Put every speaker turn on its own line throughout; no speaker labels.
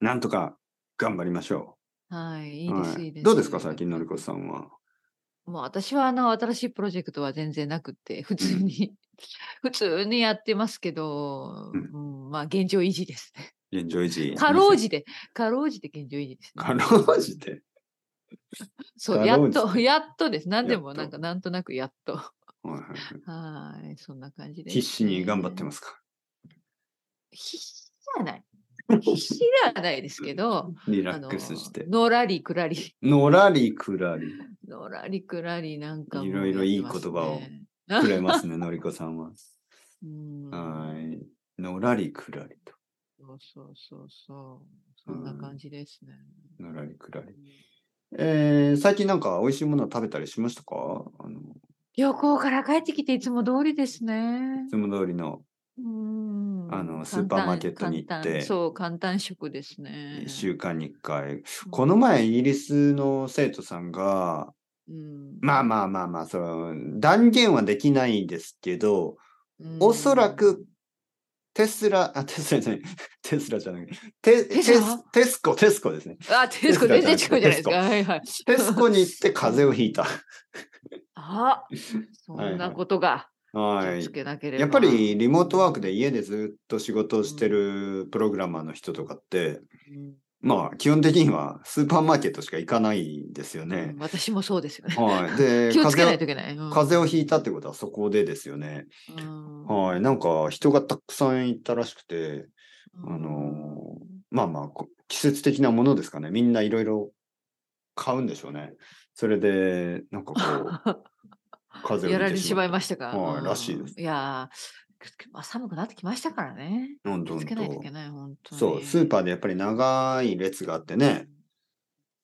なんとか頑張りましょ
はい、
う。
いいで
は
す、
い
いいです。
どうですか、最近のりこさんは。
もう私はあの新しいプロジェクトは全然なくって、普通に、 普通にやってますけど、
うん
うんまあ現状維持ですね。
現状維持。
かろうじて、かろうじて現状維持ですね。
かろうじて。
そう、
か
や
ろう
っ
じて
と、 やっとです。何で
や
も
っと
なんかなんとなくやっと。
はいはいはい
はい、そんな感じです、
必死に頑張って
ます。
ますか。
必死じゃない。必死ではないですけど、
リ
あ
ラッ
の
クスして。
のらりくらり。
のらりくらり
のらりくらりなんかも
いろいろいい
やってます
言葉を
ね
くれますね、の りこさんは。
うん
はい。のらりくらりと。
そうそうそうそう。そんな感じですね。
のらりくらり。えー、最近なんか美味しいものを食べたりしましたかあの、
旅行から帰ってきていつも通りですね
い。つも通りの
うん。
あの
簡単
スーパーマーケットに行って
簡単そう、簡単食ですね
1。週間に1回。
うん
この、前、イギリスの生徒さんが、
うん
まあまあまあまあ、その、断言はできないですけど、おそらく、テスラ、あ、テスラじゃない、 テスラじゃない、テテ
テスラ
ステスコ、テスコです ね。
うんあ、テスコ
テ
全
ス
然違
コ
う
じ
じ
ゃ
ゃ
な
ないい
テ
で
ス
す
コ
か。はいは
テ
い。
スコに行って風邪をひいた。
あそんなことが気
は
を
い
つ。けなければ。
やっぱりリモートワークで家でずっと仕事をしてるプログラマーの人とかって、
うん、
まあ基本的にはスーパーマーケットしか行かないですよ
う
ね
ん。私もそうですよね。
はい。で、
気をつけ
風
ない
邪
といけない。うん
を風邪をひいたってことはそこでですよね。
うん
はい。なんか人がたくさんいたらしくて、
うん
あのまあまあこ季節的なものですかね。みんないろいろ買うんでしょうね。それで、なんかこう、風邪をひいて
やられてしまい
し
ましたか。
はい
うん
らしいです。
いやー、くまあ寒くなってきましたからね。
た。うん
気
ど
を
ん
つ
ど
けないとい
ん
けない、本当に。
そう、スーパ
ー
ーでやっぱり長い列があってね、。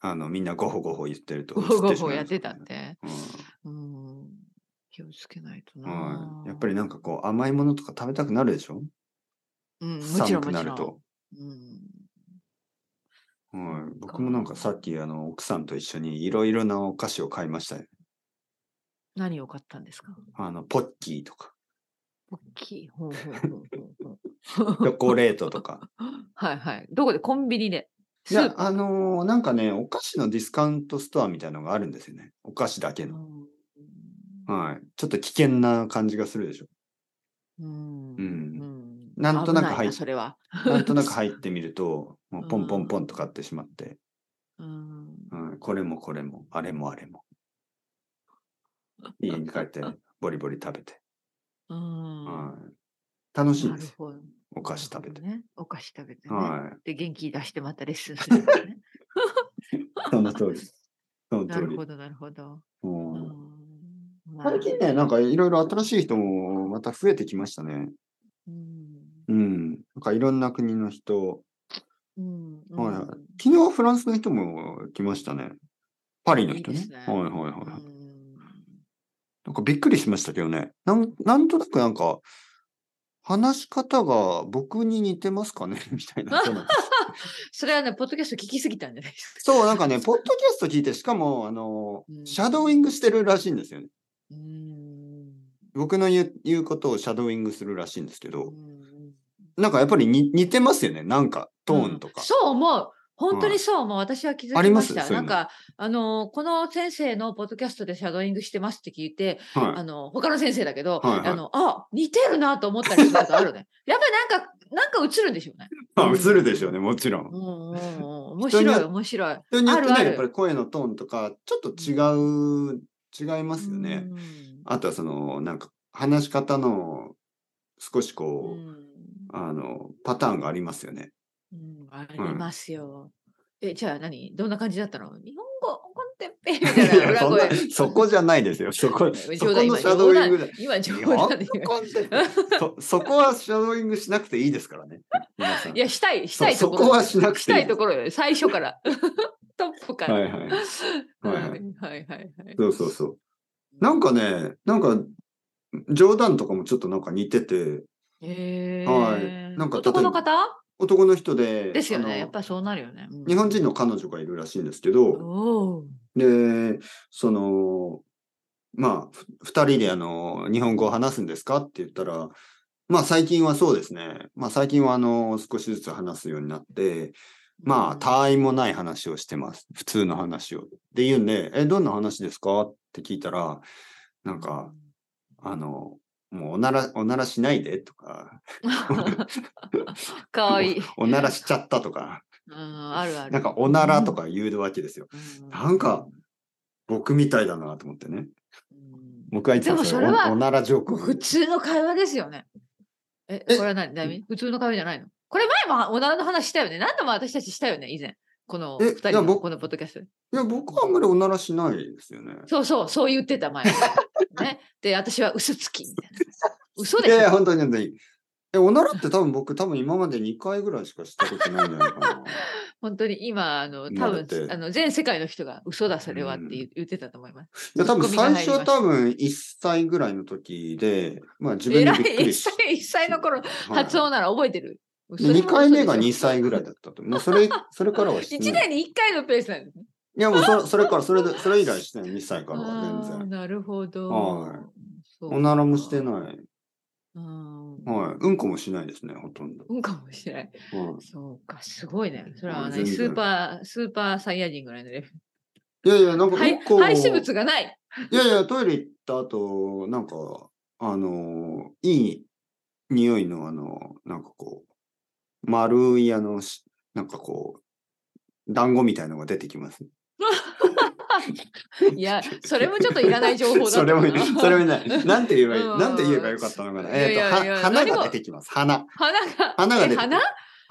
あの、みんなゴホゴホ言ってると
ゴ
映てし
ホ
まいま
ゴ
すか
ホ
らね。
やってたって。
うん。
うん。気をつけないと
は
な。
い。やっぱりなんかこう甘いものとか食べたくなるでしょ
うん、もちろ
寒
ん
く
も
な
ち
る
ろん。
と。
うん。
はい。僕もなんかさっきあの奥さんと一緒にいろいろなお菓子を買いましたよ。
何を買ったんですか
あの、ポッキーと か、
大きい。ほうほうほうほうほ
チ
う
ョコレートとか。
はいはい。どこでコンビニで。
い
スー
や、
パ
あのーなんかね、お菓子のディスカウントストアみたいのがあるんですよね。お菓子だけ
ー
の。はい。ちょっと危険な感じがする でしょ。
うん。
う
うんん。
なんとなく
危い
入っ
それは。
なんとなく入ってみると、もうポンポンポンと買ってしまって、
うん。
うん、これもこれも、あれもあれも。家に帰 って、ボリボリ食べて。
うん。
はい、楽しいん
な
で
る
すよ。
ほど。
お菓子食べて。
なるほどね。お菓子食べてね。
は
で、元気出してまたレッスンする んだね。
い。その通り。 その
な
通
る
り
ほ。ど、なるほど。う
うん
んまあ
最近ね、なんかいろいろ新しい人もまた増えてきましたね。
うん
うん。なんかいろんな国の人。
うんうん
はいはい昨日フランスの人も来ましたね。パリの人ね。
いいですね
はいはいはいはい。
うん
なんかびっくりしましたけどね。なんなんとなくなんか、話し方が僕に似てますかね みたいな人なんです。
それはね、ポッドキャスト聞きすぎたんじゃないですか。
そう、なんか ね、ポッドキャスト聞いて、しかも、あの、
うん
シャドーイングしてるらしいんですよね。
うん
僕の言う言うことをシャドーイングするらしいんですけ
う
ど、
ん
なんかやっぱりに似てますよね。なんか、トーンと
う
か
ん。そう思う。本当にそう思う。私は気づ
あり
き
ま
ますした。
そうい
な
うの
んか、あの、この先生のポッドキャストでシャドーイングしてますって聞いて、
は
あ
い。
の、他の先生だけど、
はいはい
あの、あ、似てるなと思ったりすることあるね。やっぱりなんか、なんか映るんでしょうね。
まあ、映るでしょうね、もちろ。
うんんうんうん。面
人によ
白
っ
い、面白い。
人によってね、
あるある
やっぱり声のトーンとか、ちょっと違う、違いますよね。あとはその、なんか、話し方の、少し
う
こう、
ん。
あの、パターンがありますよね。
うん、ありますよ。え、じゃあ何どんな感じだったの日本語、コンテッペイみたいな裏
そんな
声。
そこじゃないですよ。そこ、そこのシ
冗談
ャドーイングだ。
今冗
いや
談
本
で
当コンテンツそそこはシャドーイングしなくていいですからね。皆さん
いや、したい、したい
そ
とこ
そ
ろ。
こはしなくていい
したいところよ、最初から。 トップから。
はいはいはいはい
うんはいはいはい
そうそうそう。なんかね、なんか、冗談とかもちょっとなんか似てて、
へえ
はいなんか
男の方
男の人で、
ですよ
あの
ね。やっぱそうなるよね。うん
日本人の彼女がいるらしいんですけど、
おー
で、その、まあ、ふ二人であの、日本語を話すんですかって言ったら、まあ最近はそうですね。まあ最近はあの、少しずつ話すようになって、まあ、たわいもない話をしてます。普通の話を。で、言うんで、え、どんな話ですかって聞いたら、なんか、あの、もうおなら、おならしないでとか、
かわいい。
おならしちゃったとか、
うん、あるある。
なんかおならとか言うわけですよ。なんか、僕みたいだなと思ってね。
うん、
僕はいつも
でも
そ
そ
れ
れは
おおならジョークを言
普
う。
通の会話ですよね。え、こ
え
れは何何普通の会話じゃないのこれ前もおならの話したよね。何度も私たちしたよね、以前。この
え
2人
いや
の
僕
このポッドキャストで。
いや、僕はあんまりおならしないですよね。
そうそう、そう言ってた 前。ね、で、私は嘘つきみたいな。嘘で
い
し
やいや、
ょ
本当に本当に。え、おならって多分僕、多分今まで2回ぐらいしかしたことないんじゃないか な。
本当に今、あの、
今
多
だっ
分
て
あの全世界の人が嘘だ、それはって言,、
う
言ってたと思います。
いや、多分
ツッコミが入
最
りまし
初
た
は多分1歳ぐらいの時で、まあ自
え
分
ら
で
い、
びっく
1
りし
歳、一歳の頃、
はい
発音なら覚えてる。
で2回目が2
2
歳ぐらいだったと。もうそれ、それからはして
1
ない。
年に1回のペースなんですね。
いや、もうそれそれから、それで、それ以来してない、2歳からは
あ
全
ー
然。
なるほど。
はい
そう
おならもしてない。
うん
はい。うんこもしないですね、ほとんど。
うんかもしれない。
は
そうか、すごいね。それは
全
ね、
然
スーパー、スーパーサイヤ人ぐらいのレベル。
い、いやいや、なんか、
排
うんこを
排出物がない。
いやいや、トイレ行った後、なんか、あのー、いい匂いの、あのー、なんかこう、丸い、あの、しなんかこう、団子みたいのが出てきます。
いや、それもちょっといらない情報だった
それ も、それもない。なんて言えばいい、
うん
なんて言えばよかったのかな。えっ、
いやいやい
と
や
は、花
何
が
も
出てきます。花。
花が、
花が出て
え
くる
花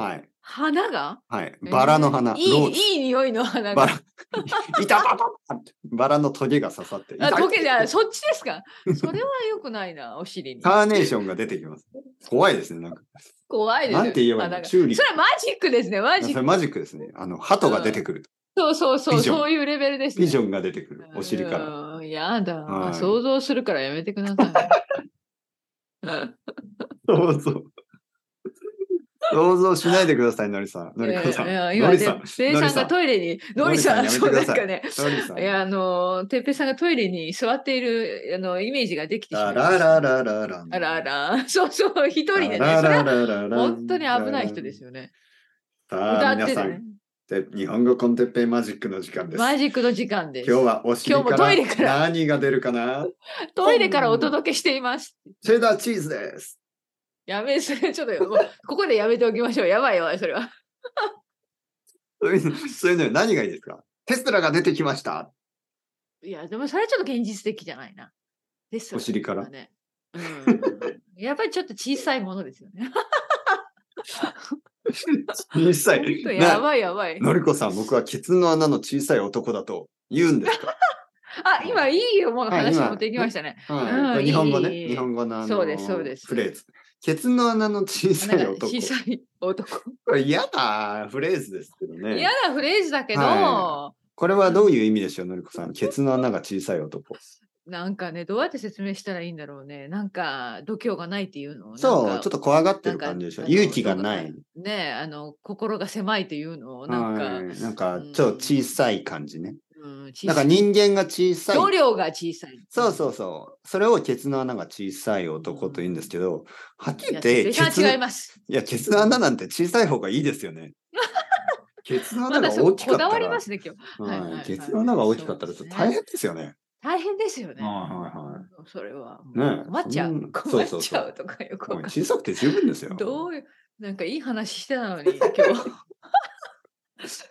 はい。
花が
はい。バラの花。
いい、
ローズ。
いい匂いの花
バ
が。
ラ。 いたたたたってバラのトゲが刺さって。
あ、
痛い
溶けじゃないそっちですか。それは良くない な、お尻に。
カーネーションが出てきます。怖いですね。なんか、
怖いですよ
なんて言えばいい
花
の
が
チューリッ
そ
プ。
れはマジックですね、マジ
そ
ック
れ。マジックですね。あの、鳩が出てくる。
そうそうそ
ビ
う、
ジョン
そういうレベルですね。
ビジョンが出てくる。お尻から。
うん。やだ、
はい
想像するからやめてください。
そうそう。想像しないでください、のりさん。のりこさん。
い
の
やいや今
りさん
ね。、ペイさんがトイレに、
の
ノ
り
リ
さんや
さん、
めて
そう
く
で
だ
す
さい
かね。
のりさん。
いや、あの、てっぺいさんがトイレに座っている、あの、イメージができてし
ラ
まいました。
ラララララ。
あらあら、そうそう、一人でね、そ
ラ
れ
ラ
は
ラララ。
本当に危ない人ですよね。
さ
歌
あ、
っ
皆
て
さ
るね
ん、。で日本語コンテッペイマジックの時間です。
マジックの時間です。
今日はお尻
今日もトイレ
か
からら
何が出るかな
トイレからお届けしています。
チェダーチーズです。
やめ、それちょっと、もうここでやめておきましょう。やばいよ、それは。
そういうのそういうの何がいいですかテスラが出てきました。
いや、でもそれはちょっと現実的じゃないな。ですよ
お尻から
それはね。うん。やっぱりちょっと小さいものですよね。
小さ
ほんと
い。
や
な
ばいやばい。
のりこさん、僕はケツの穴の小さい男だと言うんですか、
あ、今いいよ、もう
はい
話
今
持ってきましたね。
はい、
うん
これ日本語ね。
いい
日本語のあの
そうですそうです
フレーズ。ケツの穴の小さい
なんか
男。
小さい男。
これ嫌なフレーズですけどね
嫌。なフレーズだけど、
はこれはどういう意味でしょう、のりこさん。ケツの穴が小さい男。
なんかね、どうやって説明したらいいんだろうね。なんか、度胸がないっていうのを。
そ
なん
う、
か
ちょっと怖がってる
なんか
感じでしょ
あ。の
勇気がない。
ねえ、あの、心が狭いっていうのを、なんか、
はい、なんかちょっと小さい感じね。
うん、小
なん
さ
か
い
人間が小さい。
度量が小さい。
そうそうそう。それをケツの穴が小さい男と言うんですけど、はっきり言
いや
っ
ペ
て、ケ
イさん
ツ
は違います。
いや、ケツの穴なんて小さい方がいいですよ ね。ケツの
ま
穴
だ
が
そこ
大きか
こ
った
だ
ら、
わりますね、今日。はいはい
は
はいい
ケツの穴が大きかったらちょっと大変ですよね。
大変ですよね。
は
それは。
いはいはい。ねえ
困っちゃ
そ。
うん困っ
そう
ち
そ
ゃ
う
うとかよく
そうもう
わかんない
小さくて十分ですよ。
どういう、なんかいい話して たのに、今日。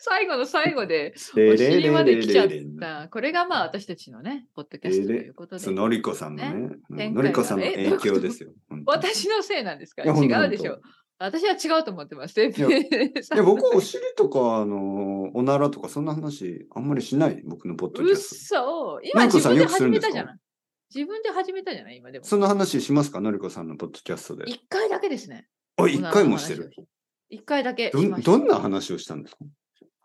最後の最後で、お尻まで来ちゃった。これがまあ私たちのね、ポッドキャストということ
そう
で。
のりこさんのね、
ね
のりこさんの影響ですよ。本当に
私のせいなんですか
いやほんと
違うでしょ。私は違うと思ってます。ペイさ
い
ん
や僕、お尻とか、あの、おならとか、そんな話、あんまりしない、僕のポッドキ
う
ャ
っ
ス
そ。
の
今
りこ
自
さん
分で
よくす
始
るん
め
ですか
たじゃない。自分で始めたじゃない今でも
ト。。そんな話しますか、のりこさんのポッドキャストで。
一回だけですね。
あ、一回もしてる。。
一回だけ
ど
し
ん
ました
どんな話をしたんですか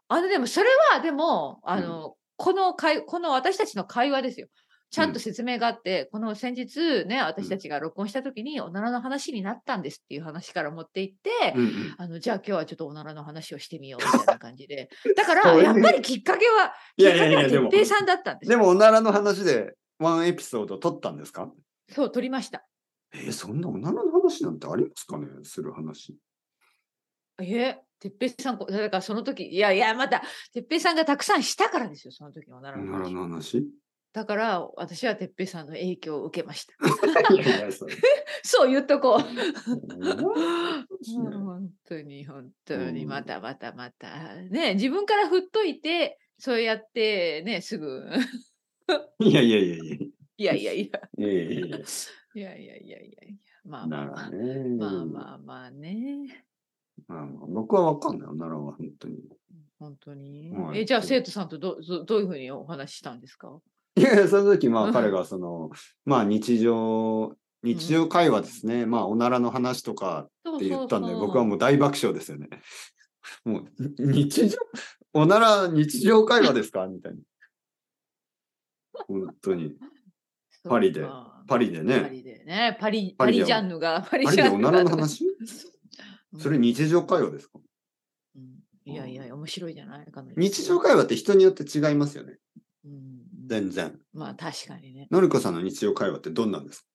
あのでもそれはでもあの、この会この私たちの会話ですよ。ちゃんと説明があって、この先日ね私たちが録音した時におならの話になったんですっていう話から持っていって、
うんうん
あのじゃあ今日はちょっとおならの話をしてみようみたいな感 じでだから
そういう
やっぱりきっかけはいきっ
や
か
いやい
け
や
は
でも
哲平さんだったんです
で
よ。
も、おならの話で、ワンエピソード撮ったんですか
そう取りました。
えーそんなおならの話なんてありますかねする話。
え鉄平さんこ、だからその時、いやいや、また、鉄平さんがたくさんしたからですよ、その時のおなら
お
の
なら
話
の話
だから、私は鉄平さんの影響を受けました。
いやいやそれ
そう言っとこう。
うん
もう本当に本当
う
に
ん
またまたまた、ね自分から振っといてそうやってねすぐ
いやいやいやいや。
いやいやいや
いやいやいや
いやいやいやいやいやまあま
な
あ
ら
まあ、
ね。
まあまあまあね
まあまあ僕はわかんないよ、ならは本当に。
本当に、
はい
えじゃあ生徒さんとどどどういうふうにお話ししたんですか、
いやいや、その時、ま
うん
あ彼がその、まあ日常、日常会話ですね。まあおならの話とか
そう
って言ったんで、
そうそう
僕はもう大爆笑ですよね。もう、に日常、おなら日常会話ですかみたいな。本当に。
そう
パリで
か
パリで
パ
ね。
リでねパリパ
パリで
リジャンヌがパリ
パリでおならの
ジャンヌが
話
うん
それ日常会話ですか
うんいやいや面白いじゃないかなり
日常会話って人によって違いますよね。
うん
全然。
まあ確かにね
のりこさんの日常会話ってどんなんです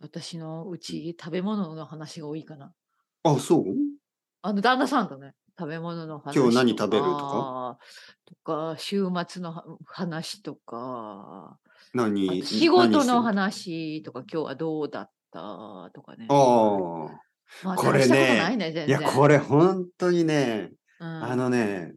私のうち食べ物の話が多いかな。
かあ、そう
あの旦那さんとね、食べ物の話とか。
今日何食べるとか
とか、週末のは話とか、あ
何
と仕事の
何してる
話とか、今日はどうだったとかね。
ああ。
まあ、
これね
大したことないね、全然。
いや、これ本当にね、
うん
あのね、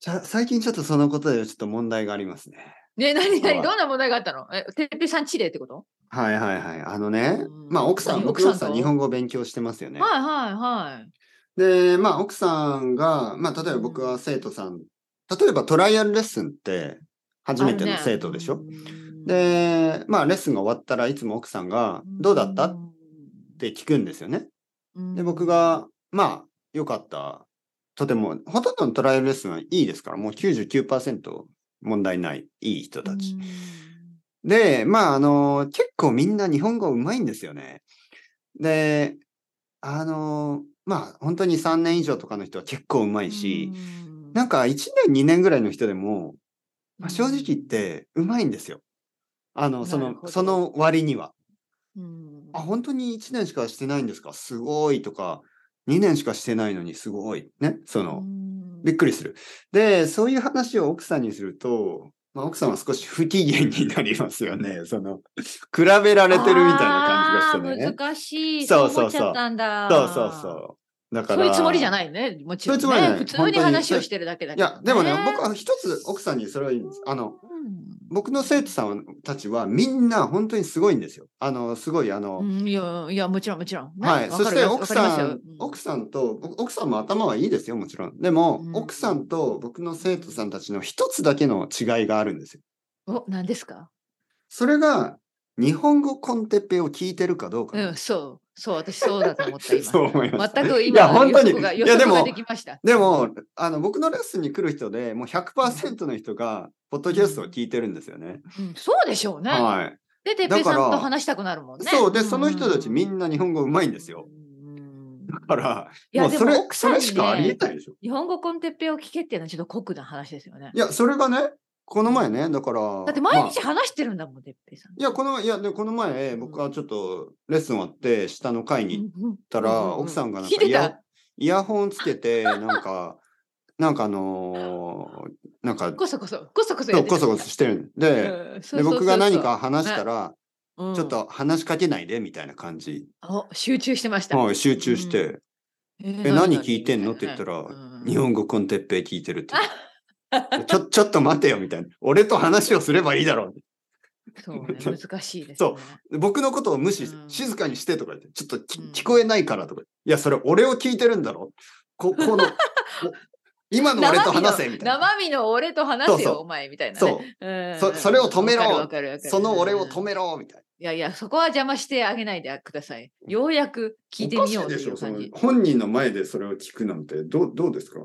ちゃ最近ちょっとそのことでちょっと問題がありますね。
ね、何
ここ
何
は
どんな問題があったのえ、てっぺいさん地でってこと
はいはいはい。あのね
うん、
まあ奥さん、
何
僕の
奥
奥
さ
さ
ん
ん
と
日本語を勉強してますよね。
はいはいはい。
で、まあ奥さんが、まあ例えば僕は生徒さん、例えばトライアルレッスンって初めての生徒でしょ。
で、
で、まあレッスンが終わったらいつも奥さんが、どうだったっ
って
聞くんですよね。で、僕、が、まあ、良かった。とても、ほとんどのトライアルレッスンはいいですから、もう99%問題ない、いい人たち。で、まあ、あの、結構みんな日本語うまいんですよね。で、あの、まあ、本当に3年以上とかの人は結構うま
ない
し、、
うん
なんか1年、2年ぐらいの人でも、まあ正直言っ、てうまいんですよ。あの、そ
なるほ
の、
ど
その割には。
うん
あ、本当に1年しかしてないんですかすごいとか、2年しかしてないのにすごい。ね。その、びっくりする。で、そういう話を奥さんにすると、まあ、奥さんは少し不機嫌になりますよ ね。その、比べら
さ
れてるみたいな感じがしてね。
難しい。そ
そうう
そ
そううそう
そう。だ
そうそうそう。だか
そう
ら。
いうつもりじゃ
い。
ないね。もちろん、ね。
そういうつもりじゃない
普通
本
に
当に
話をしてるだけだ
い
けど、
や、でもね、僕は一つ奥さんにそれはいいんです。あの、僕の生徒さんたちはみんな本当にすごいんですよ。あの、すごい、あの、
うん、うんいや、いや、もちろん、もちろん。
はい。そして奥さん、奥
さ
さんと、僕奥さんも頭はいいですよ、もちろん。でも、
うん
奥さんと僕の生徒さんたちの一つだけの違いがあるんですよ。
ん。お、何ですか
それが、日本語コンテッペを聞いてるかどうか
う
なん
ん、
です。
そう。そう、私そうだと思った、今。
そう思いました。
全く
い
今、
や、本当に。
予測が
い
予
や、で
測がで
も、
きました。
でも、あの、僕のレッスンに来る人でもう100%の人が、ポッドキャストを聞いてるんですよね。
うん、そうでしょうね。
はい。
で、てっぺいさん
だか
と
ら
話したくなるもんね。
そう。で、その人たちみ
なん
な日本語うまいんですよ。だから、
いや
もうそれ、
でも奥さ
そ
んに
れ
ね
しかありえないでしょ。
日本語コンテッペを聞けっていうのはちょっと酷な話ですよね
い。や、それがね、この前ね、だから。
だって
ま
毎
あ
日話してるんだもん、てっぺいさん。
いや、この前、いや、で、この前、僕はちょっとレッスン終わって、下の階に行っ
うんうん
た
うんうんう
ら、
ん
奥さんがなん
聞い
か
て
イヤ
た
イヤホンつけて、なんか、なんかあのーなんか、
こそこそ、こそこそ
そ
や
う
ってた
こそこそしてるんで、
うんそう
で、
そうそうそう
僕が何か話したら、
うん
ちょっと話しかけないで、みたいな感じ。
あ集中してました。
はい、集中して、
えー
え何聞いてんのって言ったら日本語コンテッペイ聞いて るって。ちょ、ちょっと待てよ、みたいな。俺と話をすればいいだろう。
そうね、難しいです、ね。
そう僕のことを無視して、
うん
静かにしてとか言って、ちょっとき、
うん
聞こえないからとか言って。いや、それ俺を聞いてるんだろこ、この、お今の俺と話せみたいな。
生身の俺と話せよ、
そうそう
お前みたいな、ね。
そう、
う
そ
ん
それを止めろ
わかるわかるわかる
その俺を止
うん
めろみたい
いやいや、そこは邪魔してあげないでください。ようやく聞
な。
いてみようっていう感じ。
本人の前でそれを聞くなんて、どう、どうですか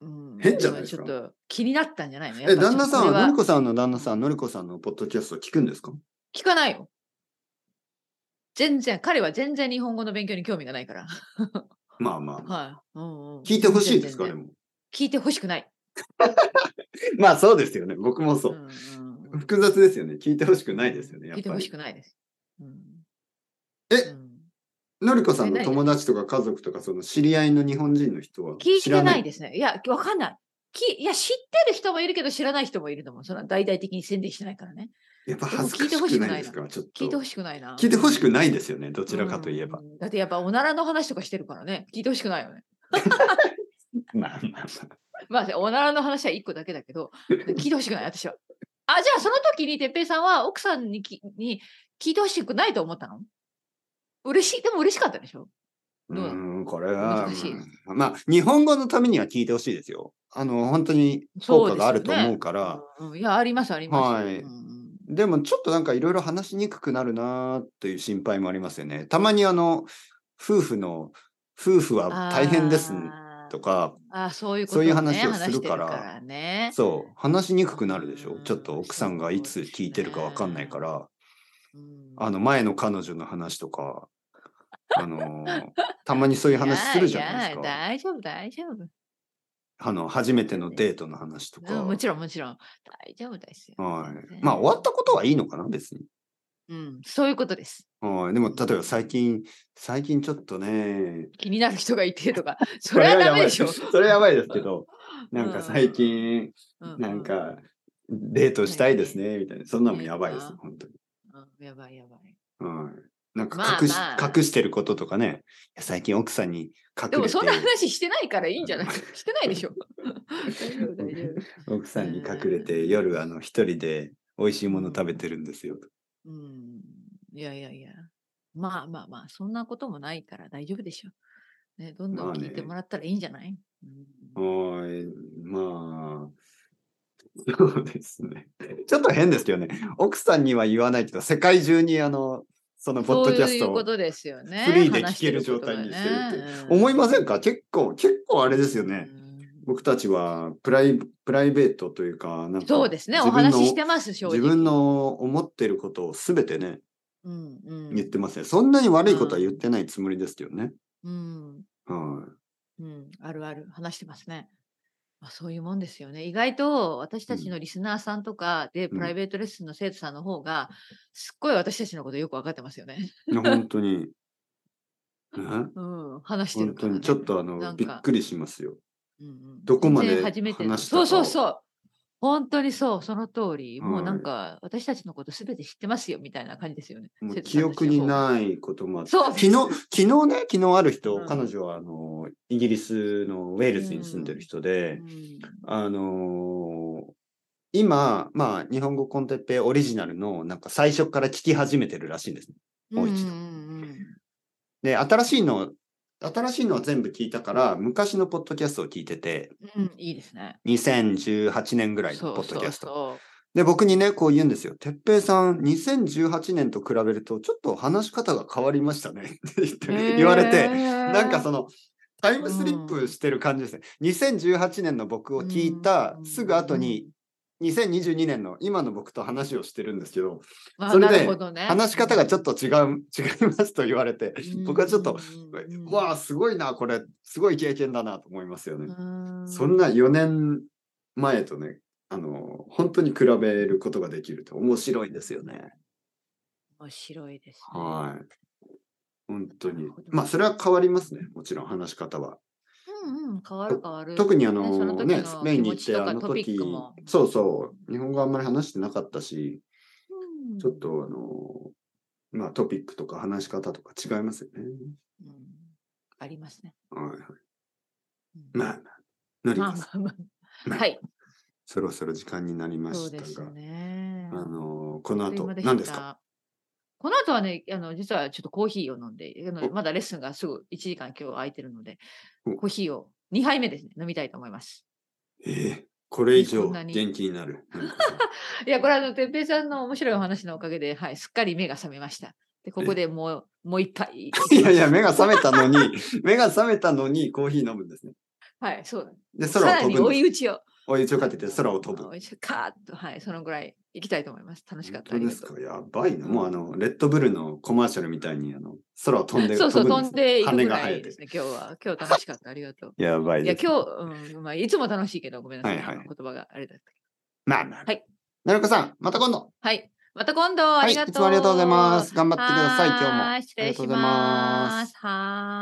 うん
変じゃないですか
ちょっと気になったんじゃないのや
え、
っぱちょっ
旦那
と
さん
そ
は、
れ
のりこさんの旦那さん、のりこさんのポッドキャスト聞くんですか
聞かないよ。全然、彼は全然日本語の勉強に興味がないから。
まあまあ。
はい。うんうん
聞いてほしいですか
全
で
然
も。
聞いてほしくない。
まあそうですよね。僕もそうう。
んうんうん
複雑ですよね。聞いてほしくないですよね。や
聞
っ
いて
ぱ
ほ
り
し。くないです。うん
え
うん
のりこさんの友達とか家族とか、その知り合いの日本人の人は
聞い
知
て
らな
ない
い。
ですね。いや、わかんない。きいや、知ってる人もいるけど、知らない人もいると思う。その大々的に宣伝しないからね。
やっぱ
でも
恥ず
聞いて
か
ほ
しく
しく
な
ない
い
な
ですかちょっと。
聞いてほしくないな。
聞いてほしく
い。
ないですよね。どちらかといえば。
だってやっぱおならの話とかしてるからね。聞いてほしくないよね。
まあまあ
まあ、おならの話は一個だけだ けど、聞いてほしくない、私は。あ、じゃあその時に、てっぺいさんは奥さんにきに聞いてほしくないと思ったの嬉しい、でも嬉しかったでしょ
ま
どう
あ。
な
うん、これは
難しい、
まあ、日本語のためには聞いてほしいですよ。あの、本当に効果があると思うから。
うんいや、あります、あります。
はい
うん
でもちょっとなんかいろいろ話しにくくなるなーという心配もありますよね。たまにあの、夫婦の、夫婦は大変です
あー
とか、
あーそういうこと、
そう
ね、
いう話をするから
話してるからね。
そう、話しにくくなるでし
う
ょ
ん。
ちょっと奥さんがいつ聞いてるかわかんないから、
うん
あの、前の彼女の話とか、あ のー、たまにそういう話するじゃないです
やや
か。
大丈夫、大丈夫。
あの、初めてのデートの話と
う
か。
んもちろん、もちろん。大丈夫ですよ。
はい。まあ、終わったことはいいのかな、別に。
うん、そういうことです。
はい。でも、例えば最近、最近ちょっとね、
気になる人がいてとか、 それはダメでしょ。
これはやばいですけど、なんか最近、
う
なんか、デートしたいですね、みたいな。そんなもんやばいです
うん、
本当に。
うんやばいやばい。
はい。なんか
まあ
隠し,、
まあ
隠してることとかね、いや最近奥さんに隠れて
でもそんな話してないからいいんじゃ ないしてないでしょ。大丈夫、大丈夫。
奥さんに隠れて夜あの一人で美味しいもの食べてるんですよ。
うん。いやいやいや。まあまあまあ、そんなこともないから大丈夫でしょ。ね、どんど
ま
ん
あね
聞いてもらったらいいんじゃない、うん
はい。まあ、そうですね。ちょっと変ですけどね。奥さんには言わないけど、世界中にあの、そのポッドキャス
そうい
ト
う
を
ことですよね。
フリーで
話し
聞ける状態にしてるって
ることがね
思いませんか結構、結構あれですよね。僕たちはプライプライベートというか、なん
うん
か
そうですね。お
自分の
話ししてます、正直。
自分の思ってることをすべてね、
うんうん
言ってますね。そんなに悪いことは言ってないつもりですけどね。
うん
はい。
うん、あるある話してますね。まあ、そういうもんですよね。意外と私たちのリスナーさんとかで、
うん
プライベートレッスンの生徒さんの方が、すっごい私たちのことよく分かってますよね。
いや本当に。ね
うん、話して
本
るか
当
ら、
に
ね。
ちょっとあの
なん
びっ
か
くりしますよ。
うんうん
どこまで
全然初めての
話したか
そうそうそう。本当にそう、その通り。もうな
は
ん
い
か、私たちのことすべて知ってますよ、みたいな感じですよね。
もう
生徒さ
記
んたち
憶
の
に
方が
ないこともあって。
そう
昨日、昨日ね、昨日ある人、
うん
彼女はあのイギリスのウェールズに住んでる人
う
で、
ん
あのー今、まあ、日本語コンテッペイオリジナルの、なんか最初から聞き始めてるらしいんです。もう一度
んんうん
で、新しいの、新しいのは全部聞いたから、昔のポッドキャストを聞いてて、
うん、うんいいですね。
2018年ぐらい
そ
の
う
ポッドキャスト。
そう
で、僕にね、こう言うんですよ。てっぺいさん、2018年と比べると、ちょっと話し方が変わりましたね。 って言って
そう
言われて、
な
なんかその、タイムスリップしてる感じですね。2018年の僕を聞いたすぐ後に、2022年の今の僕と話をしてるんですけど、
まあ
それで
なるほどね
話し方がちょっと違う、違いますと言われて、僕はちょっと、わあ、すごいな、これ、すごい経験だなと思いますよね。そん
な
な4年前とね、あの、本当に比べることができると面白いんですよね。
面白いです、ね。
はい。本当
な
に
るほど。
まあ、それは変わりますね。もちろん話し方は。
うんうん、変わる変わる。
特にあ
ねその
の
時
ね、
の
スペインに行っ
気持ち
て、
とか
あの
トピッ
時
クも、
そうそう、日本語あんまり話してなかったし、
うん
ちょっとあの、まあ、トピックとか話し方とか違いますよね。
うんありますね。
はいはい。
うん
まあ、のり
まあ
こ
ま
さ
あまあ。
まあ
はい。
そろそろ時間になりま
そう
した
です
が、
ね
あ。の、この
あっという
後
間、
何ですか
たこの後はね、あの、実はちょっとコーヒーを飲んで、あの
お
まだレッスンがすぐ1時間今日空いてるので
お、
コーヒーを2杯目ですね、飲みたいと思います。
ええこれ以
こ
上
んなに
元気にな る。のりこさん
いや、これあの、てっぺいさんの面白いお話のおかげで、はい、すっかり目が覚めました。で、ここでもう、もう一杯。
いやいや、目が覚めたのに、 目が覚めたのにコーヒー飲むんですね。
はい、そうだ。
で、
さ
空
ら
を
に
飛ぶ
追
ん
い
です。
打ちを。
お湯ちをかけて空を飛ぶ。
追い打ちカーッと、はい、そのぐらい行きたいと思います。楽しか
本
った。
当です
あ
か
り
やばいな。もうあの、レッドブルのコマーシャルみたいに、あの、空を飛んで、
がと うそうそう、
ぶん
飛んでいく
羽
ぐ
が
ら
生え
い
て
ですね、今日は。今日楽しかった。ありがとう。
や ばい
いや
で、す。
今日、うん、まあ、いつも楽しいけど、ごめんなさい。
はいはい
あの言葉があれだったけど。
まあまあ。
はい。
なるこさん、また今度。
はい。また今度あ
はい、
り
い
がとう。
つもありがとうございます。頑張ってください、今日も。
はー失礼します。はーい。